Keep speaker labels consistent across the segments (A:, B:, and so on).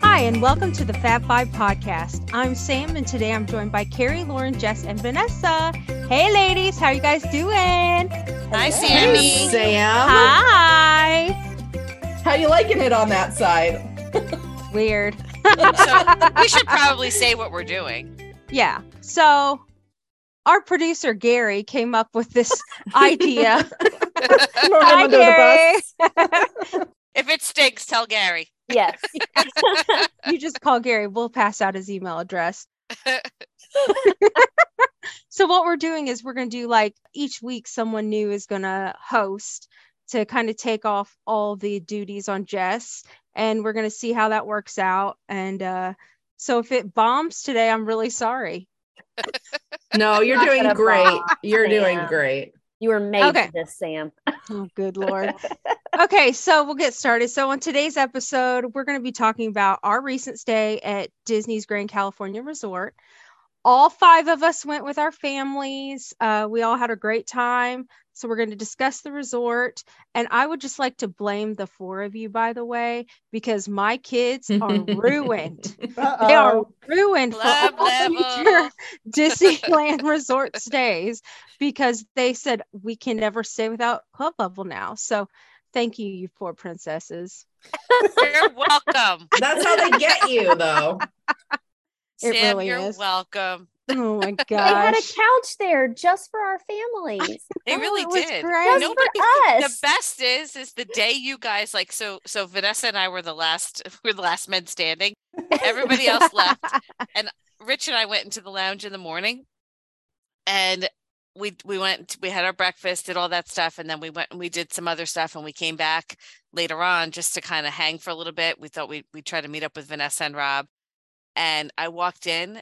A: Hi, and welcome to the Fab Five podcast. I'm Sam, and today I'm joined by Carrie, Lauren, Jess, and Vanessa. Hey, ladies, how you guys doing?
B: Hi, Sammy.
C: Sam.
A: Hi.
C: How you liking it on that side?
A: Weird.
B: so we should probably say what we're doing.
A: Yeah. So our producer Gary came up with this idea.
C: Throw him
A: Hi,
C: under the
A: Gary.
C: bus.
B: If it stinks, tell Gary.
D: Yes.
A: you just call Gary. We'll pass out his email address. so what we're doing is we're going to do like each week someone new is going to host to kind of take off all the duties on Jess and we're going to see how that works out and uh so if it bombs today I'm really sorry.
C: No, you're
D: Not
C: doing
D: gonna
C: great.
D: bomb,
C: You're doing
D: Sam.
C: great.
D: You were made
A: Okay.
D: for this, Sam.
A: Oh good lord. okay, so we'll get started. So, on today's episode, we're going to be talking about our recent stay at Disney's Grand California Resort. All five of us went with our families. Uh, we all had a great time. So, we're going to discuss the resort. And I would just like to blame the four of you, by the way, because my kids are ruined. They are ruined for
B: Club
A: all
B: level.
A: future Disneyland resort stays because they said we can never stay without club level now. So thank you, you poor princesses.
B: You're welcome.
C: That's how they get you, though.
A: It
B: Sam,
A: really
B: you're
A: is.
B: welcome.
A: Oh my gosh.
D: They had a couch there just for our families.
B: They
A: Oh,
B: really
A: it was
B: did.
A: great.
D: Just
B: Nobody-
D: for
B: The
D: us.
B: best is is the day you guys like so so Vanessa and I were the last we were the last men standing. Everybody else left. Rich and I went into the lounge in the morning and we we went we had our breakfast did all that stuff and then we went and we did some other stuff and we came back later on just to kind of hang for a little bit we thought we we'd try to meet up with Vanessa and Rob and I walked in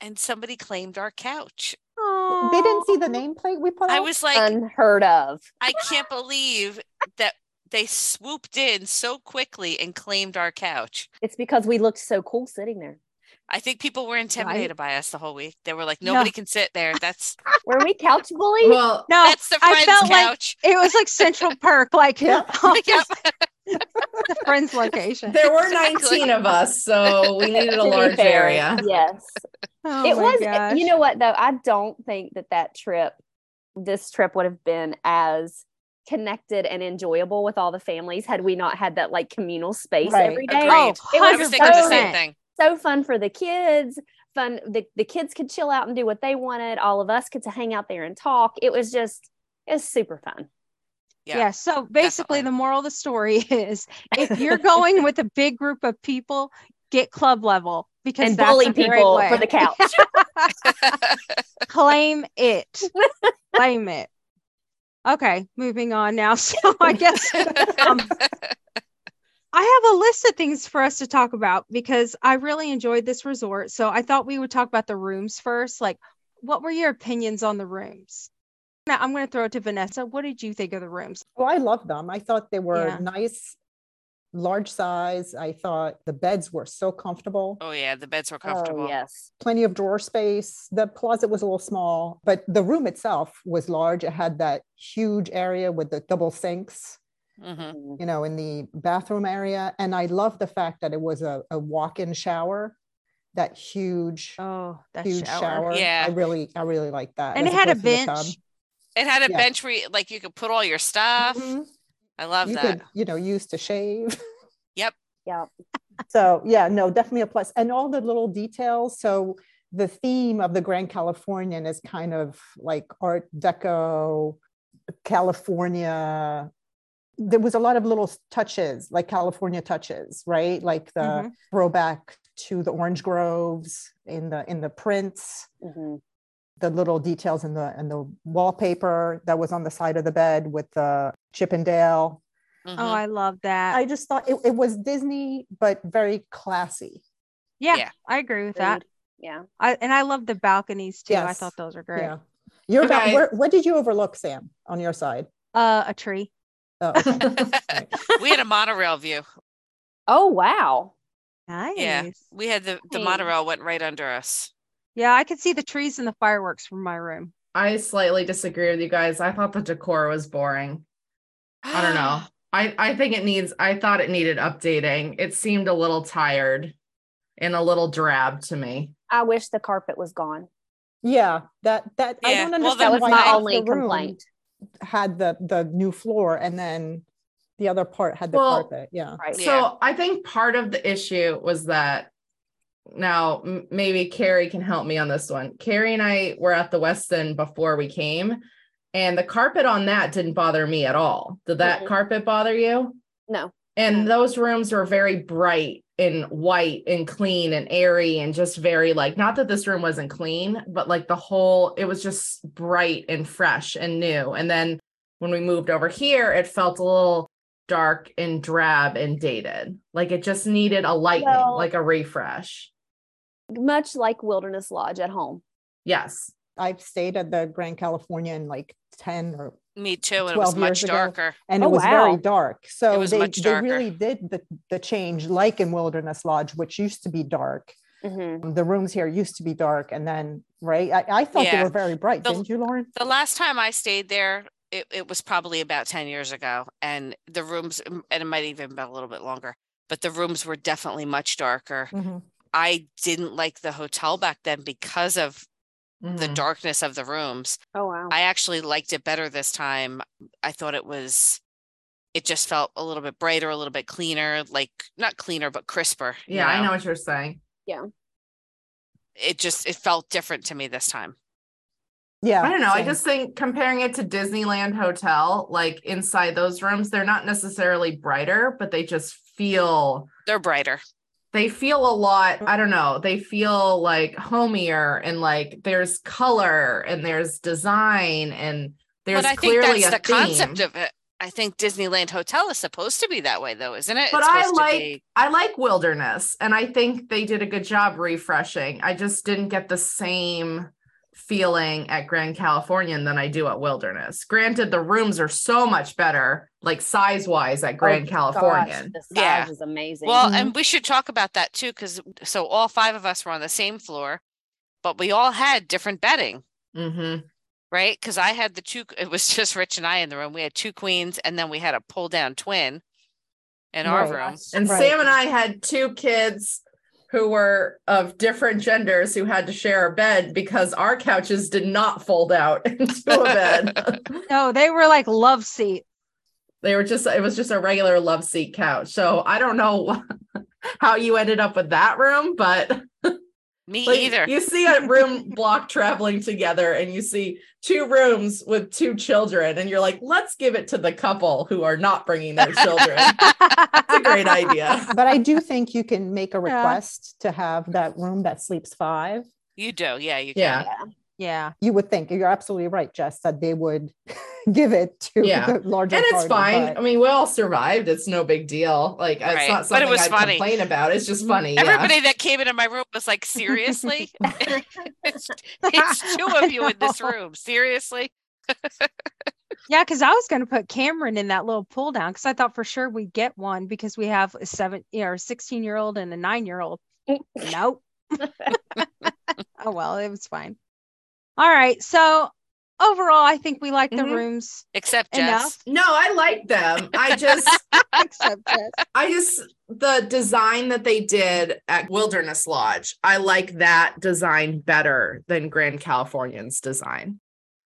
B: and somebody claimed our couch
E: They
A: Aw.
E: didn't see the nameplate we put
B: I
E: up?
B: was like
D: Unheard of.
B: I can't believe that they swooped in so quickly and claimed our couch
D: It's because we looked so cool sitting there.
B: I think people were intimidated by us the whole week they were like
A: No.
B: nobody can sit there that's
D: Were we couch bullies?
C: Well,
A: No,
B: that's the
A: Oh, I
B: friend's
A: felt like-
B: couch
A: it was like Central Park, like
E: Yep.
A: off the friend's location.
C: there were
B: Exactly.
C: 19 of us, so we needed a
D: To be
C: large
D: fair,
C: area.
D: Yes.
A: Oh
D: it
A: my
D: was,
A: gosh.
D: you know what, though? I don't think that that trip, this trip would have been as connected and enjoyable with all the families had we not had that like communal space
E: Right.
D: every day.
B: Agreed.
A: Oh,
D: It
B: I
D: was
B: was
A: 100%.
B: thinking the same
D: different.
B: thing.
D: so fun for the kids fun the, the kids could chill out and do what they wanted all of us could to hang out there and talk it was just it was super fun
B: Yeah,
A: Yeah. So basically,
B: definitely.
A: the moral of the story is if you're going with a big group of people, get club level because
D: and
A: that's
D: bully
A: a great
D: people
A: way.
D: for the couch
A: claim it claim it okay moving on now so i guess um, i have a list of things for us to talk about because i really enjoyed this resort so i thought we would talk about the rooms first like what were your opinions on the rooms now i'm going to throw it to vanessa what did you think of the rooms
E: well, I love them. I thought they were
A: Yeah.
E: nice, large size. I thought the beds were so comfortable,
B: oh yeah, the beds were comfortable.
D: oh yes
E: plenty of drawer space. The closet was a little small, but the room itself was large. It had that huge area with the double sinks,
B: Mhm.
E: you know, in the bathroom area. And I love the fact that it was a, a walk in shower, that huge.
A: oh that
E: Huge shower.
B: Yeah.
E: I really, I really like that.
A: and it
E: as
A: had a
E: opposed to the tub.
A: bench
B: It had a
E: Yeah.
B: bench where you, like you could put all your stuff.
E: Mhm.
B: I love
E: You
B: that.
E: could, you know, use to shave.
D: yeah
E: So yeah, no, definitely a plus. And all the little details. So the theme of the Grand Californian is kind of like Art Deco, California. There was a lot of little touches, like California touches, right? Like the
A: Mhm.
E: throwback to the orange groves in the in the prints,
D: Mhm.
E: the little details in the in the wallpaper that was on the side of the bed with the Chippendale
A: oh
B: Mhm.
A: i love that
E: I just thought it, it was Disney, but very classy.
A: yeah,
B: yeah.
A: i agree with that
D: yeah
A: I, and i love the balconies too i
E: Yes.
A: thought those were great
E: Yeah. You're about,
C: Okay.
E: where, what did you overlook, Sam, on your side?
A: uh a tree
E: Oh, okay.
B: we had a monorail view.
D: oh wow
A: Nice.
B: Yeah. We had the the
D: Nice.
B: monorail went right under us.
A: Yeah, I could see the trees and the fireworks from my room.
C: I slightly disagree with you guys. I thought the decor was boring. I don't know. I, I think it needs, I thought it needed updating. It seemed a little tired and a little drab to me.
D: I wish the carpet was gone.
E: Yeah, that that I
B: Yeah,
E: don't
B: well,
E: understand
B: that
D: That was
E: why
B: Why
D: my
E: half
D: only
E: the room
D: complaint.
E: had the the new floor and then the other part had the
C: Well,
E: carpet. Yeah.
D: Right.
B: Yeah.
C: So I think part of the issue was that now m- maybe Carrie can help me on this one. Carrie and I were at the Westin before we came, and the carpet on that didn't bother me at all. Did that
D: Mm-mm.
C: carpet bother you?
D: No.
C: And
B: No.
C: those rooms were very bright and white and clean and airy and just very like not that this room wasn't clean, but like the whole it was just bright and fresh and new. And then when we moved over here, it felt a little dark and drab and dated. Like it just needed a lightning,
D: Well-
C: like a refresh.
D: Much like Wilderness Lodge at home.
C: Yes.
E: I've stayed at the Grand California in like 10 or
B: Me too. And it was
E: 12
B: much
E: years ago.
B: darker.
E: and
D: Oh,
E: it was
D: wow.
E: very dark. So
B: was
E: they,
B: much
E: they
B: darker.
E: really did the, the change, like in Wilderness Lodge, which used to be dark.
D: Mhm.
E: The rooms here used to be dark. And then, right? I, I thought
B: Yeah.
E: they were very bright,
B: The-
E: didn't you, Lauren?
B: The last time I stayed there, it, it was probably about 10 years ago. And the rooms, and it might even been a little bit longer, but the rooms were definitely much darker.
E: Mhm.
B: I didn't like the hotel back then because of the
C: Mhm.
B: darkness of the rooms.
D: Oh wow.
B: I actually liked it better this time. I thought it was, it just felt a little bit brighter, a little bit cleaner, like not cleaner, but crisper. you
C: Yeah, I know what you're saying.
B: It just, it felt different to me this time.
E: Yeah.
C: I don't know. I
E: same.
C: just think comparing it to Disneyland Hotel, like inside those rooms, they're not necessarily brighter, but they just feel
B: They're brighter.
C: they feel a lot i don't know they feel like homier and like there's color and there's design and there's
B: but I think
C: clearly
B: that's the
C: a theme.
B: concept of it. I think Disneyland Hotel is supposed to be that way, though, isn't it?
C: but
B: It's
C: i
B: supposed to
C: like
B: be-
C: i like wilderness and i think they did a good job refreshing i just didn't get the same feeling at grand californian than i do at wilderness granted the rooms are so much better like size wise at grand
D: Gosh,
C: californian
D: the size
B: Yeah.
D: is amazing.
B: well,
C: Mm-hmm.
E: Mhm.
B: and we should talk about that too, because so all five of us were on the same floor, but we all had different bedding,
C: hmm
B: right? Because I had the two. It was just Rich and I in the room. We had two queens, and then we had a pull down twin in our
E: Right.
B: room.
C: And
E: Right.
C: Sam and I had two kids who were of different genders who had to share a bed because our couches did not fold out into a bed.
A: No, Oh, they were like love seat.
C: they were just it was just a regular love seat couch. So I don't know how you ended up with that room, but
B: Me
C: like,
B: either.
C: you see a room block traveling together and you see two rooms with two children and you're like, let's give it to the couple who are not bringing their children. It's a great idea.
E: but I do think you can make a
A: Yeah.
E: request to have that room that sleeps five.
B: You do, yeah. You can.
C: Yeah.
D: yeah.
A: yeah.
E: You would think you're absolutely right, Jess, that they would give it to
C: Yeah.
E: the larger
C: and it's
E: party,
C: fine.
E: but-
C: I mean, we all survived. It's no big deal. Like
B: Right.
C: it's not
B: But it
C: something
B: was
C: I
B: funny.
C: complain about. It's just funny.
B: Everybody that came into my room was like, seriously? it's, it's two
A: I
B: of you in this
A: know.
B: room. Seriously?
A: Yeah, because I was going to put Cameron in that little pull down because I thought for sure we'd get one because we have a seven, you know, a 16 year old and a nine year old. nope. oh, well, it was fine. All right. So overall, I think we like the
C: Mhm.
A: rooms
B: Except
A: Enough.
B: Jess.
C: No, I like them. I just,
A: except Jess.
C: I just the design that they did at Wilderness Lodge. I like that design better than Grand Californian's design.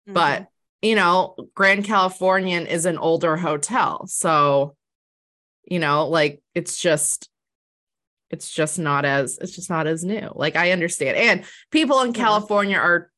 A: Mm-hmm.
C: But you know, Grand Californian is an older hotel, so you know, like it's just it's just not as it's just not as new. Like I understand. And people in
A: Mhm.
C: California are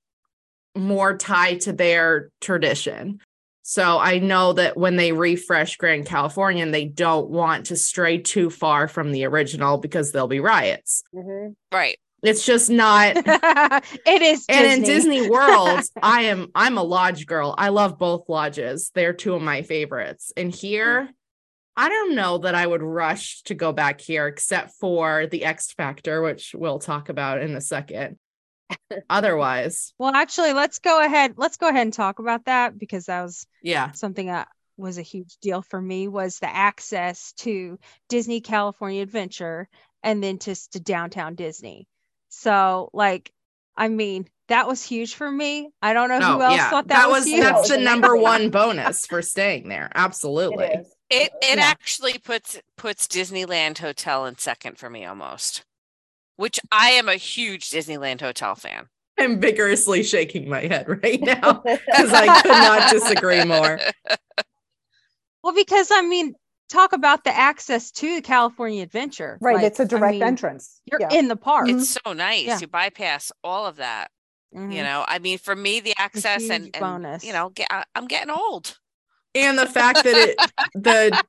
C: more tied to their tradition. So I know that when they refresh Grand Californian, they don't want to stray too far from the original because there'll be riots.
D: Mhm.
B: Right.
C: It's just not
A: Mm-hmm. it is.
C: and in
A: Disney.
C: Disney World, I am I'm a lodge girl. I love both lodges. They're two of my favorites. And here, I don't know that I would rush to go back here except for the X Factor, which we'll talk about in a second. Otherwise,
A: Well, actually, let's go ahead. Let's go ahead and talk about that because that was
C: yeah.
A: something that was a huge deal for me was the access to Disney California Adventure and then just to downtown Disney. So, like, I mean, That was huge for me. I don't know
C: No,
A: who else
C: Oh, yeah.
A: thought that,
C: that
A: was,
C: was
A: huge.
C: that's the
D: Amazing.
C: number one bonus for staying there. Absolutely.
D: It is.
B: It it
E: Yeah.
B: actually puts puts Disneyland Hotel in second for me almost. Which I am a huge Disneyland Hotel fan.
C: I'm vigorously shaking my head right now because oh, I could not disagree more.
A: Well, because I mean, talk about the access to the California Adventure.
E: Right.
A: Like,
E: it's a
A: I
E: direct
A: mean,
E: entrance.
A: You're
E: yeah.
A: in the park.
E: Mhm.
B: It's so nice.
A: Mm-hmm. Yeah.
B: You bypass all of that. You
A: Mhm.
B: know, I mean, for me, the access and,
A: huge
B: and
A: bonus.
B: you know, get, I, I'm getting old.
C: And the fact that it the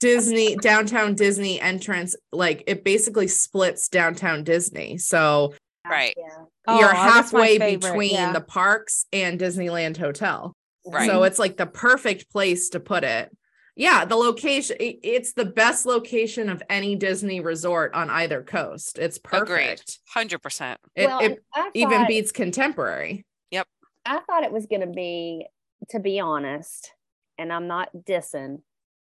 C: Disney downtown Disney entrance, like it basically splits downtown Disney. So
B: Right.
D: Yeah.
A: Oh,
C: you're
A: that's my
C: halfway
A: favorite,
C: between
A: yeah.
C: the parks and Disneyland Hotel.
B: Right.
C: So it's like the perfect place to put it. Yeah, the location i- it's the best location of any Disney resort on either coast. It's
B: Agreed.
C: perfect.
B: Hundred percent.
C: It,
D: well,
C: it
D: and I
C: even
D: thought-
C: beats contemporary.
D: I thought it was going to be, to be honest, and I'm not dissing,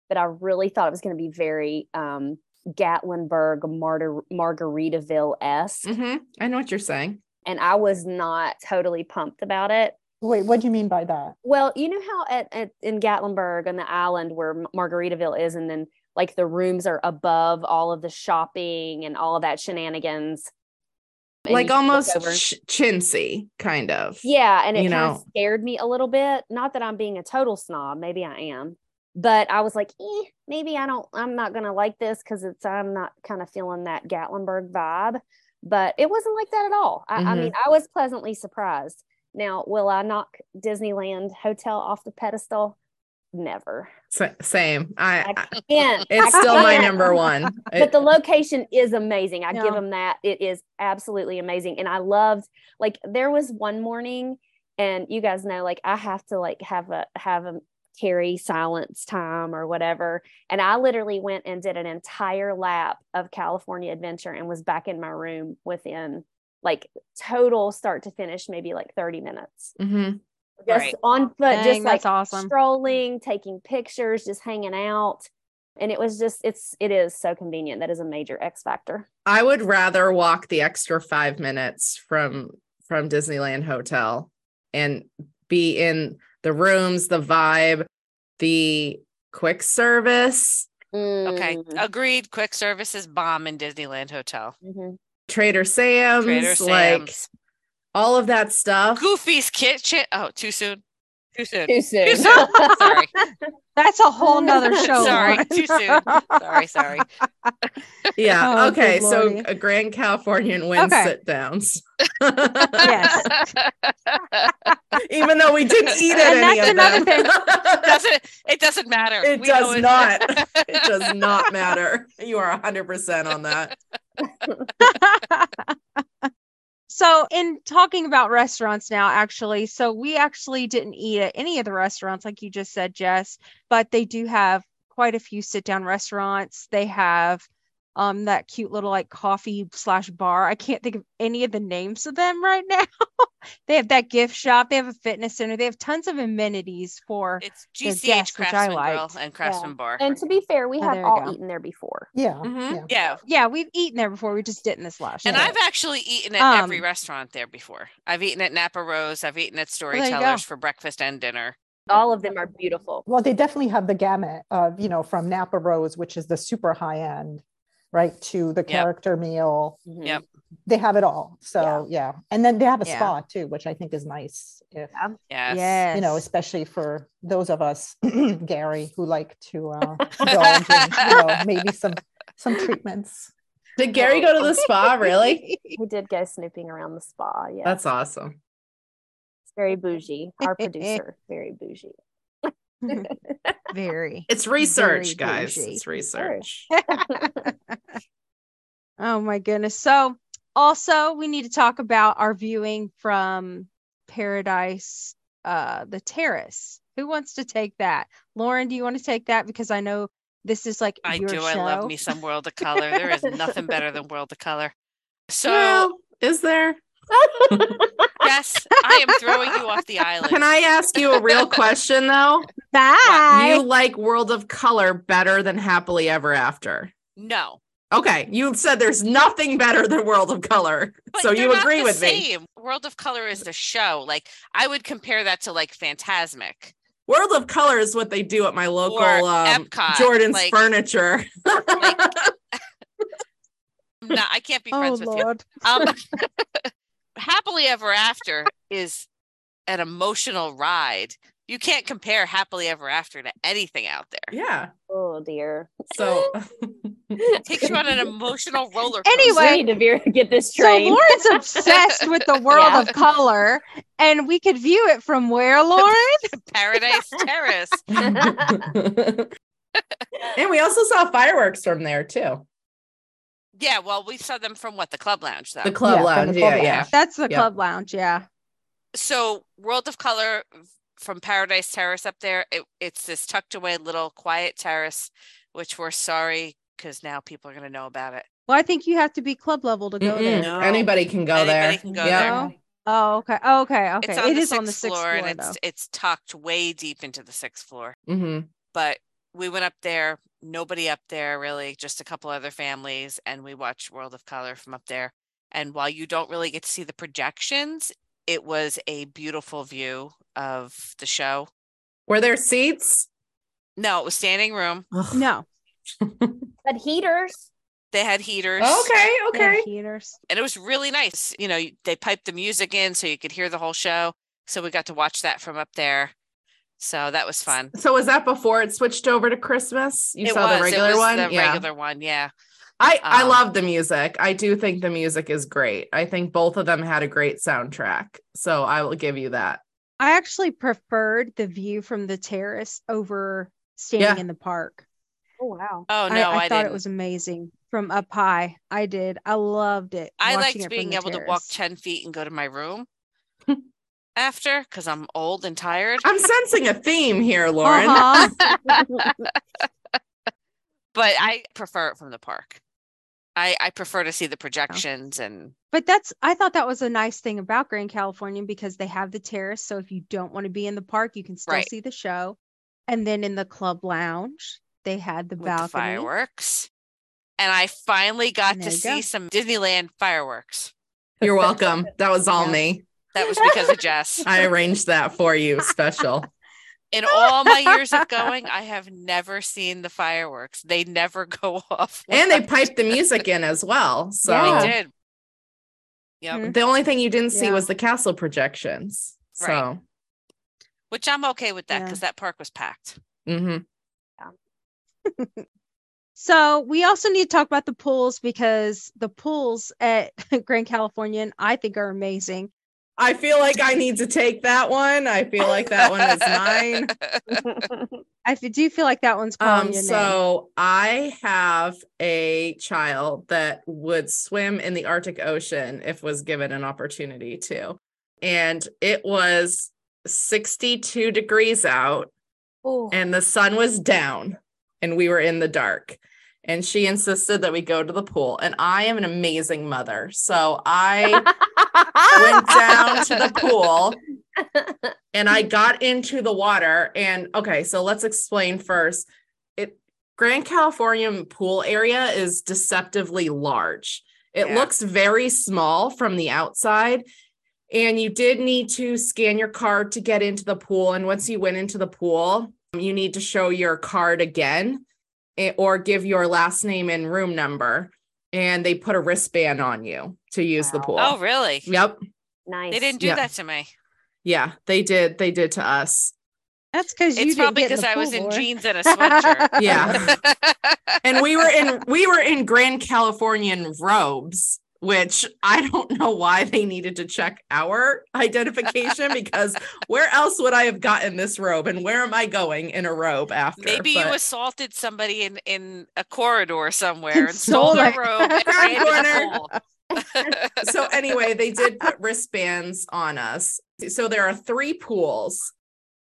D: but I really thought it was going to be very um, Gatlinburg, Martyr- Margaritaville esque.
C: Mhm. I know what you're saying.
D: And I was not totally pumped about it.
E: Wait, what do you mean by that?
D: Well, you know how at, at in Gatlinburg on the island where M- Margaritaville is, and then like the rooms are above all of the shopping and all of that shenanigans. and you
C: like
D: can look
C: almost
D: over-
C: ch- chintzy kind of.
D: Yeah, and it
C: you
D: kind
C: know.
D: of scared me a little bit. Not that I'm being a total snob, maybe I am, but I was like, eh, maybe I don't. I'm not gonna like this because it's I'm not kind of feeling that Gatlinburg vibe. But it wasn't like that at all. I, I
C: Mhm.
D: mean, I was pleasantly surprised. Now, will I knock Disneyland Hotel off the pedestal? Never.
C: Sa- same. I, I
D: I can't.
C: it's
D: I
C: still my
D: can't.
C: number one.
D: But the location is amazing. I give
A: Yeah.
D: them that. It is absolutely amazing. And I loved like there was one morning and you guys know like I have to like have a have a carry silence time or whatever. And I literally went and did an entire lap of California Adventure and was back in my room within like total start to finish maybe like 30 minutes.
C: Mhm.
D: Just
B: Right.
D: on foot,
A: Dang,
D: just like
A: that's awesome.
D: strolling, taking pictures, just hanging out. And it was just it's it is so convenient. That is a major X factor.
C: I would rather walk the extra five minutes from from Disneyland Hotel and be in the rooms, the vibe, the quick service,
B: Okay.
C: Mm-hmm.
B: Agreed. Quick service is bomb in Disneyland Hotel.
D: Mhm.
C: Trader Sam's,
B: Trader
C: like
B: Sam's.
C: all of that stuff.
B: Goofy's Kitchen. Oh, too soon. Too soon.
D: Too
B: soon.
D: soon.
B: Sorry.
A: That's a whole nother show.
B: Sorry,
A: Lauren.
B: too soon. Sorry, sorry.
C: Yeah.
A: Oh, good
C: okay. So
A: lordy.
C: a Grand Californian wins
A: Okay.
C: sit downs.
A: Yes.
C: Even though we didn't eat at
A: And
C: any
A: that's
C: of them.
B: doesn't it doesn't matter.
C: It
B: We know
C: does not. it does not matter. You are 100% on that.
A: so in talking about restaurants now actually so we actually didn't eat at any of the restaurants like you just said jess but they do have quite a few sit down restaurants they have um that cute little like coffee slash bar i can't think of any of the names of them right now they have that gift shop they have a fitness center they have tons of amenities for
B: It's
A: They're
B: GCH
A: guests, which I
B: Craftsman Grill
A: liked.
B: and Craftsman Bar. Mm-hmm.
D: And to be fair, we
A: Oh,
D: have
A: there you
D: all
A: go.
D: eaten there before.
E: Yeah.
C: Mhm.
E: yeah.
B: yeah.
A: yeah we've eaten there before we just didn't this last
B: And
A: year.
B: I've actually eaten at every
A: Um,
B: restaurant there before. I've eaten at Napa Rose. I've eaten at
A: there you go.
B: Storytellers for breakfast and dinner.
D: All of them are beautiful.
E: Well, they definitely have the gamut of, you know, from Napa Rose, which is the super high end, right, to the character meal.
D: Mhm.
B: Yep.
E: They have it all. So, yeah. And then they have a
A: Yeah.
E: spa too, which I think is nice if,
D: Yeah.
B: Yes.
A: yes
E: you know, especially for those of us, Gary, who like to uh, indulge in, you know, maybe some some treatments.
C: Did Gary go to the spa? Really?
D: We did go snooping around the spa. Yeah.
C: That's awesome.
D: it's very bougie. Our producer, very bougie.
A: very
C: It's
A: Very
C: research, guys.
A: bougie.
C: It's research.
A: Oh my goodness. So, also, we need to talk about our viewing from Paradise, uh, the Terrace. Who wants to take that? Lauren, do you want to take that? Because I know this is like
B: I
A: your
B: do.
A: show.
B: I love me some World of Color. There is nothing better than World of Color. So
C: well, is there?
B: yes, I am throwing you off the island.
C: Can I ask you a real question though?
A: Bye.
C: You like World of Color better than Happily Ever After?
B: No.
C: Okay, you said there's nothing better than World of Color,
B: But
C: so
B: they're
C: you
B: not
C: agree
B: the
C: with me.
B: same. World of Color is the show. Like I would compare that to like Phantasmic
C: World of Color is what they do at my local
B: or
C: um,
B: Epcot.
C: Jordan's
B: like,
C: Furniture.
B: like- No, I can't be
E: Oh
B: friends with you.
E: Lord.
B: Um, Happily Ever After is an emotional ride. You can't compare Happily Ever After to anything out there.
C: yeah.
D: Oh dear.
C: So
B: It takes you on an emotional roller coaster.
A: Anyway,
D: we need to veer, get this
A: So
D: train.
A: Lauren's obsessed with the world
D: Yeah.
A: of color, and we could view it from where, Lauren?
B: Paradise Terrace.
C: and we also saw fireworks from there too.
B: Yeah, well, we saw them from what the club lounge though.
C: The club
E: Yeah, from
C: lounge.
E: the club
C: yeah, yeah.
E: lounge.
A: That's the
C: Yep.
A: club lounge, yeah.
B: so World of Color from Paradise Terrace up there. It, it's this tucked away little quiet terrace, which we're sorry because now people are going to know about it.
A: Well, I think you have to be club level to go
C: Mm-mm.
A: there.
B: No.
C: Anybody can go
B: Anybody
C: there.
B: can go
C: Yeah.
B: there.
A: No? Oh, okay. Oh, okay. Okay. It's
B: It's on the
A: on
B: sixth
A: the sixth
B: floor,
A: floor,
B: and
A: though.
B: it's it's tucked way deep into the sixth floor.
C: hmm
B: But we went up there, nobody up there really, just a couple other families, and we watched World of Color from up there. And while you don't really get to see the projections, it was a beautiful view of the show.
C: Were there seats?
B: No, it was standing room.
C: Ugh.
A: No.
D: but heaters.
B: They had heaters.
C: Okay.
A: They have
C: Okay.
A: Heaters.
B: and it was really nice. You know, you- they piped the music in so you could hear the whole show. So we got to watch that from up there. So that was fun.
C: So was that before it switched over to Christmas? You
B: it
C: saw
B: was
C: the
B: it
C: regular
B: was
C: one?
B: The
C: yeah.
B: regular one, yeah.
C: I I
B: um,
C: love the music. I do think the music is great. I think both of them had a great soundtrack. So I will give you that.
A: I actually preferred the view from the terrace over standing
C: Yeah.
A: in the park.
D: Oh wow.
B: Oh no,
A: I,
B: I,
A: I thought
B: didn't.
A: it was amazing from up high. I did. I loved it.
B: I
A: watching it
B: liked
A: from
B: being
A: the
B: able to walk
A: terrace.
B: ten feet and go to my room after because I'm old and tired.
A: Ah.
C: I'm sensing a theme here, Lauren.
A: Uh-huh.
B: But I prefer it from the park. I I prefer to see
A: Oh.
B: the projections and
A: But that's I thought that was a nice thing about Grand Californian because they have the terrace. So if you don't want to be in the park, you can still
B: Right.
A: see the show. And then in the club lounge, they had the
B: with the
A: balcony.
B: fireworks. And I finally got to
A: There you
B: see
A: go.
B: some Disneyland fireworks.
C: You're welcome. That was all
A: Yeah.
C: me.
B: That was because of Jess.
C: I arranged that for you. Special.
B: In all my years of going, I have never seen the fireworks. They never go off.
C: and they piped the music in as well. So
B: they
A: Yeah.
B: did. Yep.
A: Mhm.
C: the only thing you didn't see
A: Yeah.
C: was the castle projections. So
B: Right. Which I'm okay with that because that park was packed.
C: mhm.
A: So we also need to talk about the pools because the pools at Grand Californian I think are amazing.
C: I feel like I need to take that one. I feel like that one is mine.
A: I f- do feel like that one's calling
C: Um,
A: your name.
C: so I have a child that would swim in the Arctic Ocean if was given an opportunity to. And it was 62 degrees out
D: Oh,
C: and the sun was down and we were in the dark. And she insisted that we go to the pool. And I am an amazing mother. So I went down to the pool and I got into the water. And okay, so let's explain first. It Grand Californian pool area is deceptively large. It
B: Yeah.
C: looks very small from the outside. And you did need to scan your card to get into the pool. And once you went into the pool, you need to show your card again eh, or give your last name and room number. And they put a wristband on you to use the
D: Wow.
C: pool.
B: Oh, really?
C: Yep.
D: nice.
B: They didn't do
C: Yeah.
B: that to me.
C: Yeah, they did. They did to us.
A: That's because you
B: it's
A: didn't
B: probably
A: get in
B: because
A: the
B: I was
A: pool,
B: in
A: Lauren.
B: jeans and a sweatshirt.
C: Yeah. And we were in we were in Grand Californian robes, which I don't know why they needed to check our identification because where else would I have gotten this robe and where am I going in a robe after?
B: Maybe you
C: But-
B: assaulted somebody in in a corridor somewhere and
A: stole
B: stole their
A: it.
B: robe and
C: Third
B: ran to
C: corner.
B: the pool.
C: so anyway, they did put wristbands on us. So there are three pools.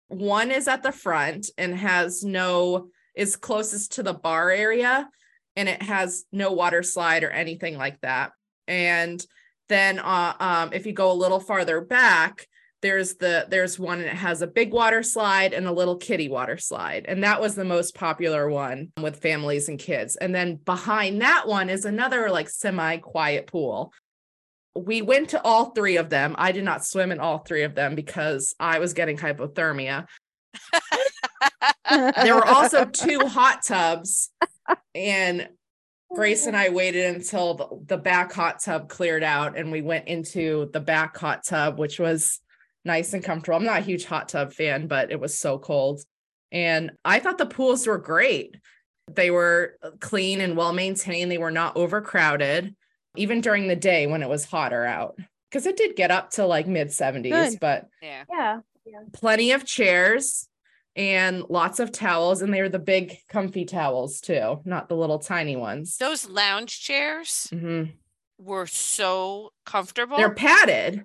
C: One is at the front and has no is closest to the bar area and it has no water slide or anything like that. And then uh, um, if you go a little farther back, there's the there's one that has a big water slide and a little kiddie water slide and that was the most popular one with families and kids and then behind that one is another like semi quiet pool we went to all three of them i did not swim in all three of them because i was getting hypothermia there were also two hot tubs and Grace and I waited until the, the back hot tub cleared out and we went into the back hot tub, which was nice and comfortable. I'm not a huge hot tub fan, but it was so cold. And I thought the pools were great. They were uh, clean and well maintained, they were not overcrowded, even during the day when it was hotter out, because it did get up to like mid 70s,
A: Good.
C: but
B: Yeah.
D: Yeah.
C: plenty of chairs and lots of towels. And they were the big, comfy towels too, not the little tiny ones.
B: Those lounge chairs
C: Mhm.
B: were so comfortable.
C: They're
B: They're,
C: padded.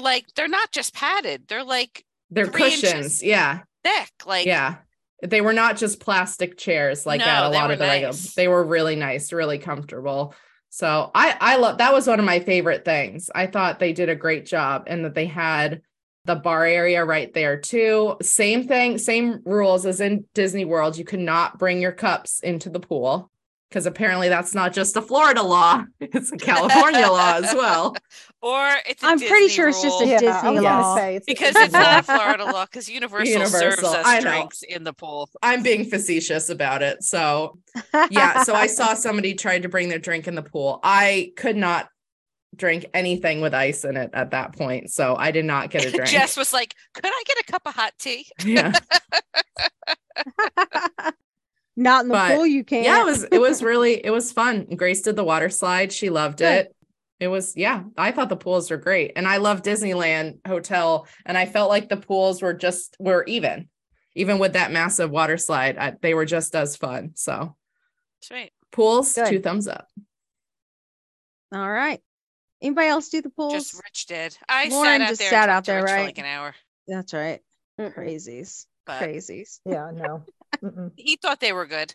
B: like they're not just padded. They're like
C: They're
B: Three inches.
C: cushions. Yeah.
B: thick. Like
C: yeah. They were not just plastic chairs like
B: No,
C: that. A
B: they
C: lot
B: were
C: of the regular,
B: nice.
C: they were really nice, really comfortable. So I, I love that was one of my favorite things. I thought they did a great job and that they had the bar area right there too. Same thing, same rules as in Disney World. You cannot bring your cups into the pool because apparently that's not just a Florida law; it's a California law as well.
B: or it's. i
A: I'm pretty sure it's just a
E: yeah, I
A: Disney
E: was gonna
A: law.
E: say, it's-
B: because
E: it's
B: it's not a
E: law.
B: Florida law because Universal, serves
C: Universal,
B: us
C: I know.
B: drinks in the pool.
C: I'm being facetious about it. So yeah so i saw somebody tried to bring their drink in the pool i could not drink anything with ice in it at that point so i did not get a drink
B: Jess was like, "Could I get a cup of hot tea?"
C: yeah
A: Not in the
C: But,
A: pool, you can't.
C: yeah it was it was really it was fun grace did the water slide she loved
A: Good.
C: it it was yeah i thought the pools were great and i love disneyland hotel and i felt like the pools were just were even even with that massive water slide I, they were just as fun so
B: Sweet.
C: pools
A: Good.
C: two thumbs up
A: All right. Anybody else do the pools?
B: Just Rich did. I
A: Lauren
B: sat
A: just
B: out there, and
A: sat
B: talked
A: out
B: to
A: there,
B: Rich for
A: right?
B: like an hour,
A: That's right.
D: Mm-mm.
A: Crazies.
B: but
A: Crazies.
E: yeah, no. Mm-mm.
B: he thought they were good.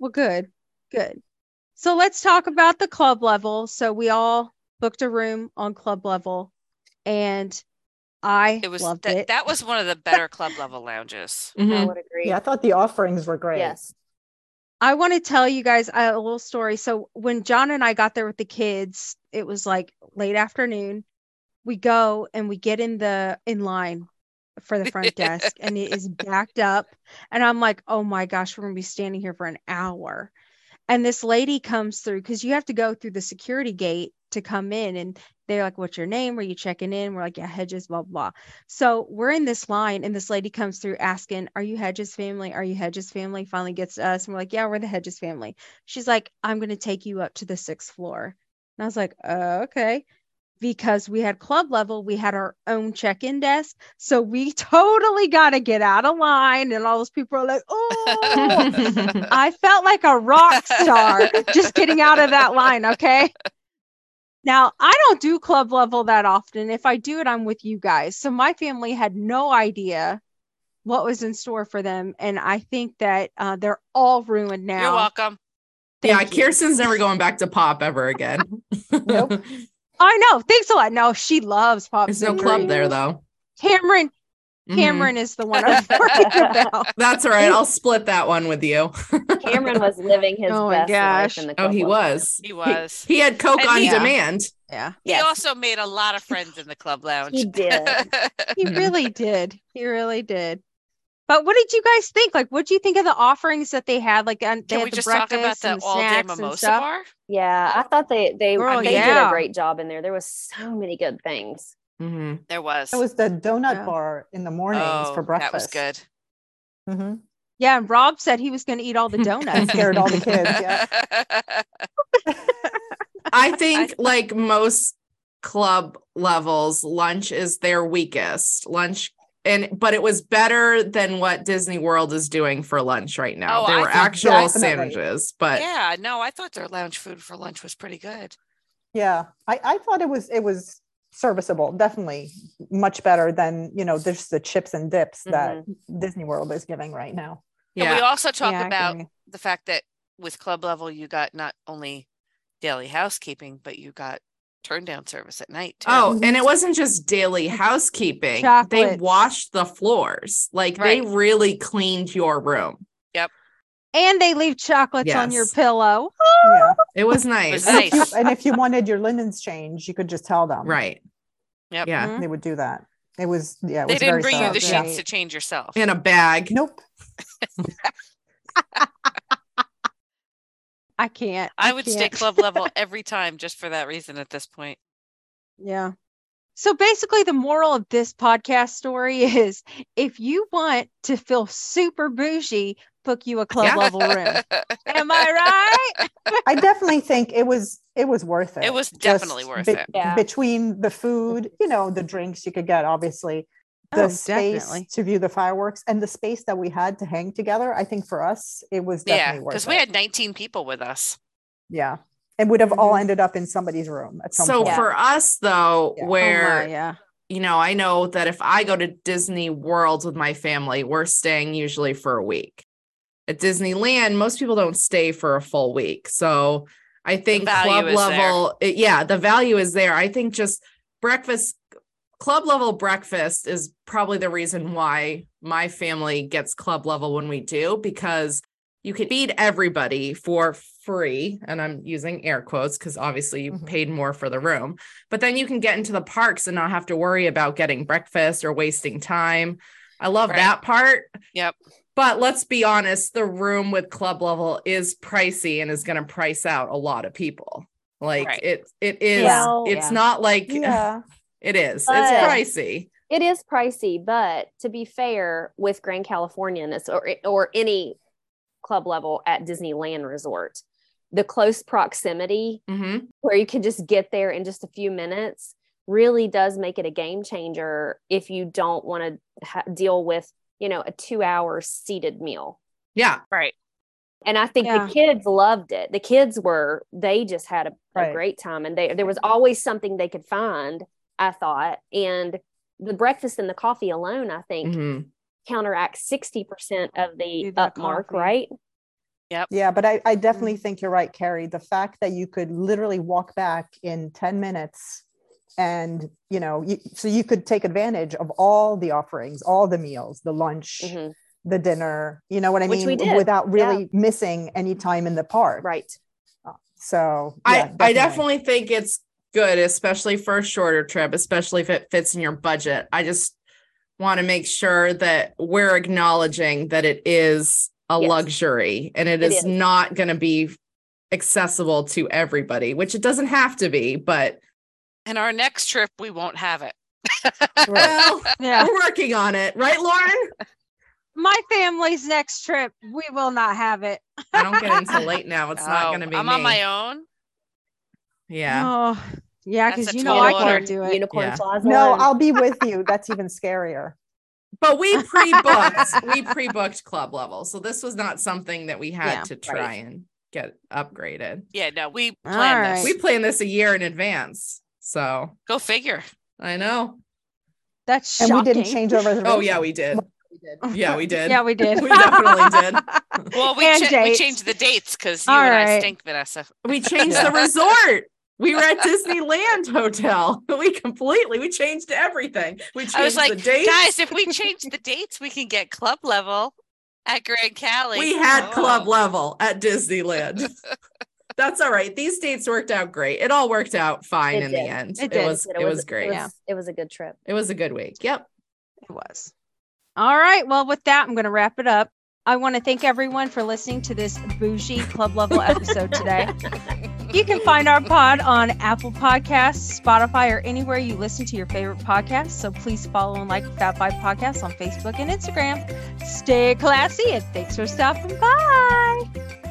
A: Well, good. Good. So let's talk about the club level. So we all booked a room on club level and I
B: It was
A: loved
B: that.
A: it.
B: That was one of the better club level lounges.
D: I
C: Mhm.
D: would agree.
E: Yeah, I thought the offerings were great.
D: Yes.
A: I want to tell you guys a little story. So when John and I got there with the kids, it was like late afternoon. We go and we get in the in line for the front desk and it is backed up and I'm like, "Oh my gosh, we're going to be standing here for an hour." And this lady comes through cuz you have to go through the security gate to come in and they're like, "What's your name? Are you checking in?" We're like, "Yeah, Hedges, blah blah." blah." So we're in this line, and this lady comes through asking, Are you Hedges family? Are you Hedges family? Finally gets to us. And we're like, Yeah, we're the Hedges family. She's like, I'm going to take you up to the sixth floor. And I was like, "Oh, Okay. Because we had club level, we had our own check in desk. So we totally got to get out of line. And all those people are like, Oh, I felt like a rock star just getting out of that line. Okay. Now, I don't do club level that often. If I do it, I'm with you guys. So my family had no idea what was in store for them. And I think that uh, they're all ruined now.
B: You're welcome.
C: yeah,
A: Thank you.
C: Kirsten's never going back to pop ever again.
E: Nope.
A: I know. Thanks a lot. No, she loves Pop
C: There's no
A: Century.
C: club there though.
A: Cameron,
C: Mhm.
B: Mm-hmm.
A: Cameron is the one I'm worried about.
C: That's all right. I'll split that one with you.
D: Cameron was living his
A: Oh my
D: best
A: gosh.
D: life in the
C: Oh,
D: club.
C: he
D: level.
C: was.
B: He was.
C: He, had Coke
B: And
C: on
B: he-
C: demand.
A: Yeah,
B: He
D: Yes.
B: also made a lot of friends in the club lounge.
D: He did.
A: he
C: Mhm.
A: really did. He really did. But what did you guys think? Like, what do you think of the offerings that they had? Like, and they
B: Can
A: had
B: we
A: the
B: just talk
A: breakfast
B: about the
A: and the
B: all day
A: snacks and
B: mimosa
A: stuff.
B: bar?
D: Yeah, I thought they they,
A: Girl,
D: they did
A: yeah.
D: a great job in there. There was so many good things.
C: Mhm.
B: There was.
E: It was the donut
A: Yeah.
E: bar in the mornings
B: oh,
E: for breakfast.
B: That was good.
E: hmm
A: Yeah, and Rob said he was going to eat all the donuts.
E: Scared all the kids. Yeah.
C: I think like most club levels, lunch is their weakest. Lunch and but it was better than what Disney World is doing for lunch right now.
B: Oh,
C: there
B: I
C: were
B: think
C: actual
E: definitely.
C: sandwiches, but
B: yeah, no, I thought their lounge food for lunch was pretty good.
E: Yeah. I, I thought it was it was serviceable, definitely much better than, you know, just the chips and dips that
B: Mm-hmm.
E: Disney World is giving right now.
B: And we
C: yeah.
B: also talked
A: Yeah, I
B: about
A: agree.
B: the fact that with club level, you got not only daily housekeeping, but you got turn down service at night. too.
C: Oh, and it wasn't just daily housekeeping. They
A: Chocolates.
C: washed the floors. Like they
B: Right.
C: really cleaned your room.
A: And they leave chocolates on your
C: Yes.
A: pillow.
E: yeah.
C: It was nice.
E: And if, you,
B: Nice.
E: and if you wanted your linens changed, you could just tell them.
C: Right.
B: Yep.
C: Yeah.
A: Mm-hmm.
E: They would do that. It was yeah. It
B: they
E: was
B: didn't
E: very
B: bring you
E: thorough.
B: the
A: yeah.
B: sheets to change yourself.
C: In a bag.
E: Nope.
A: I can't.
B: I would stay
A: can't.
B: club level every time just for that reason at this point.
A: Yeah. So basically, the moral of this podcast story is if you want to feel super bougie, book you a club
C: Yeah.
A: level room. Am I right?
E: I definitely think it was it was worth it.
B: It was
E: Just
B: definitely worth
E: be-
B: it.
D: Yeah.
E: Between the food, you know, the drinks you could get, obviously, the
A: Oh,
E: space
A: definitely.
E: to view the fireworks, and the space that we had to hang together. I think for us, it was
B: yeah.
E: definitely worth
B: Because
E: it.
B: we had 19 people with us.
E: yeah, and would have all
A: Mhm.
E: ended up in somebody's room at some
C: So
E: point.
C: for us though,
E: Yeah. Oh my,
A: Oh my,
C: where
A: yeah.
C: you know, I know that if I go to Disney World with my family, we're staying usually for a week. At Disneyland, most people don't stay for a full week. So I think
B: value
C: club
B: is
C: level, it- yeah, the value is there. I think just breakfast, club level breakfast is probably the reason why my family gets club level when we do, because you can feed everybody for free. And I'm using air quotes because obviously you
B: Mm-hmm.
E: Mhm.
C: paid more for the room but then you can get into the parks and not have to worry about getting breakfast or wasting time. I love
B: Right.
C: that part.
B: Yep.
C: But let's be honest, the room with club level is pricey and is going to price out a lot of people. Like
B: Right.
C: it it is
D: Well,
C: it's
D: yeah.
C: not like
E: yeah,
C: it is.
D: But-
C: it's pricey.
D: It is pricey, but to be fair, with Grand Californian it's- or or any club level at Disneyland Resort, the close proximity
C: Mhm.
D: where you can just get there in just a few minutes really does make it a game changer if you don't want to ha- deal with you know a two hour seated meal
C: Yeah.
B: Right.
D: and i think
A: Yeah.
D: the kids loved it the kids were they just had a, a
E: Right.
D: great time and they there was always something they could find i thought and the breakfast and the coffee alone i think
C: Mhm.
D: counteracts 60% of the
A: Do Mm-hmm. that
D: upmark
A: coffee.
D: right
E: yeah. But I, I definitely think you're right, Carrie. The fact that you could literally walk back in ten minutes, and you know, you, so you could take advantage of all the offerings, all the meals, the lunch,
D: Mhm.
E: the dinner. You know what I
D: Which
E: mean?
D: we did,
E: Without
D: yeah.
E: really missing any time in the park.
D: right
E: So
C: I
E: yeah,
C: I definitely think it's good especially for a shorter trip, especially if it fits in your budget. I just want to make sure that we're acknowledging that it is a
D: Yes.
C: luxury and
D: It
C: it is,
D: is.
C: not going to be accessible to everybody, which it doesn't have to be, but
B: And our next trip, we won't have it.
C: well,
A: Yeah.
C: we're working on it, right, Lauren?
A: My family's next trip, we will not have it.
C: I don't get into late now. It's not
B: Oh,
C: going to be
B: I'm
C: me.
B: on my own.
C: Yeah.
A: Oh, yeah.
B: That's
A: Because
B: a
A: you know I
B: tall order.
A: can't do it.
D: unicorn
C: Yeah.
D: plaza
E: No,
D: and-
E: I'll be with you. That's even scarier.
C: But we pre-booked, we pre-booked club level. So this was not something that we had
A: Yeah.
C: to try and get upgraded.
B: Yeah. No, we
A: All
B: planned
A: right.
B: this.
C: We planned this a year in advance. So
B: Go figure.
C: I know.
A: That's
E: And
A: shocking.
E: we didn't change our reservation.
C: Oh yeah, we did. Yeah, we did.
A: Yeah, we did.
C: We definitely did.
B: Well, we,
A: And
B: cha- we
A: dates.
B: changed the dates because you
A: All
B: and I
A: right.
B: stink, Vanessa.
C: We changed
B: Yeah.
C: the resort. We were at Disneyland Hotel. We completely we changed everything. We changed
B: I was
C: the
B: like,
C: date.
B: guys, if we change the dates, we can get club level at Grand Cali.
C: we had
B: Oh.
C: club level at Disneyland. That's all right. These dates worked out great. It all worked out fine
D: It
C: in
D: did.
C: the end.
A: It
C: It,
A: did.
C: was it, was, great.
D: it was,
A: Yeah.
D: it was a good trip
C: It was a good week. Yep.
A: It was. All right. Well, with that, I'm going to wrap it up. I want to thank everyone for listening to this bougie club level episode today. You can find our pod on Apple Podcasts, Spotify, or anywhere you listen to your favorite podcasts. So please follow and like Fat Five Podcasts on Facebook and Instagram. Stay classy and thanks for stopping by.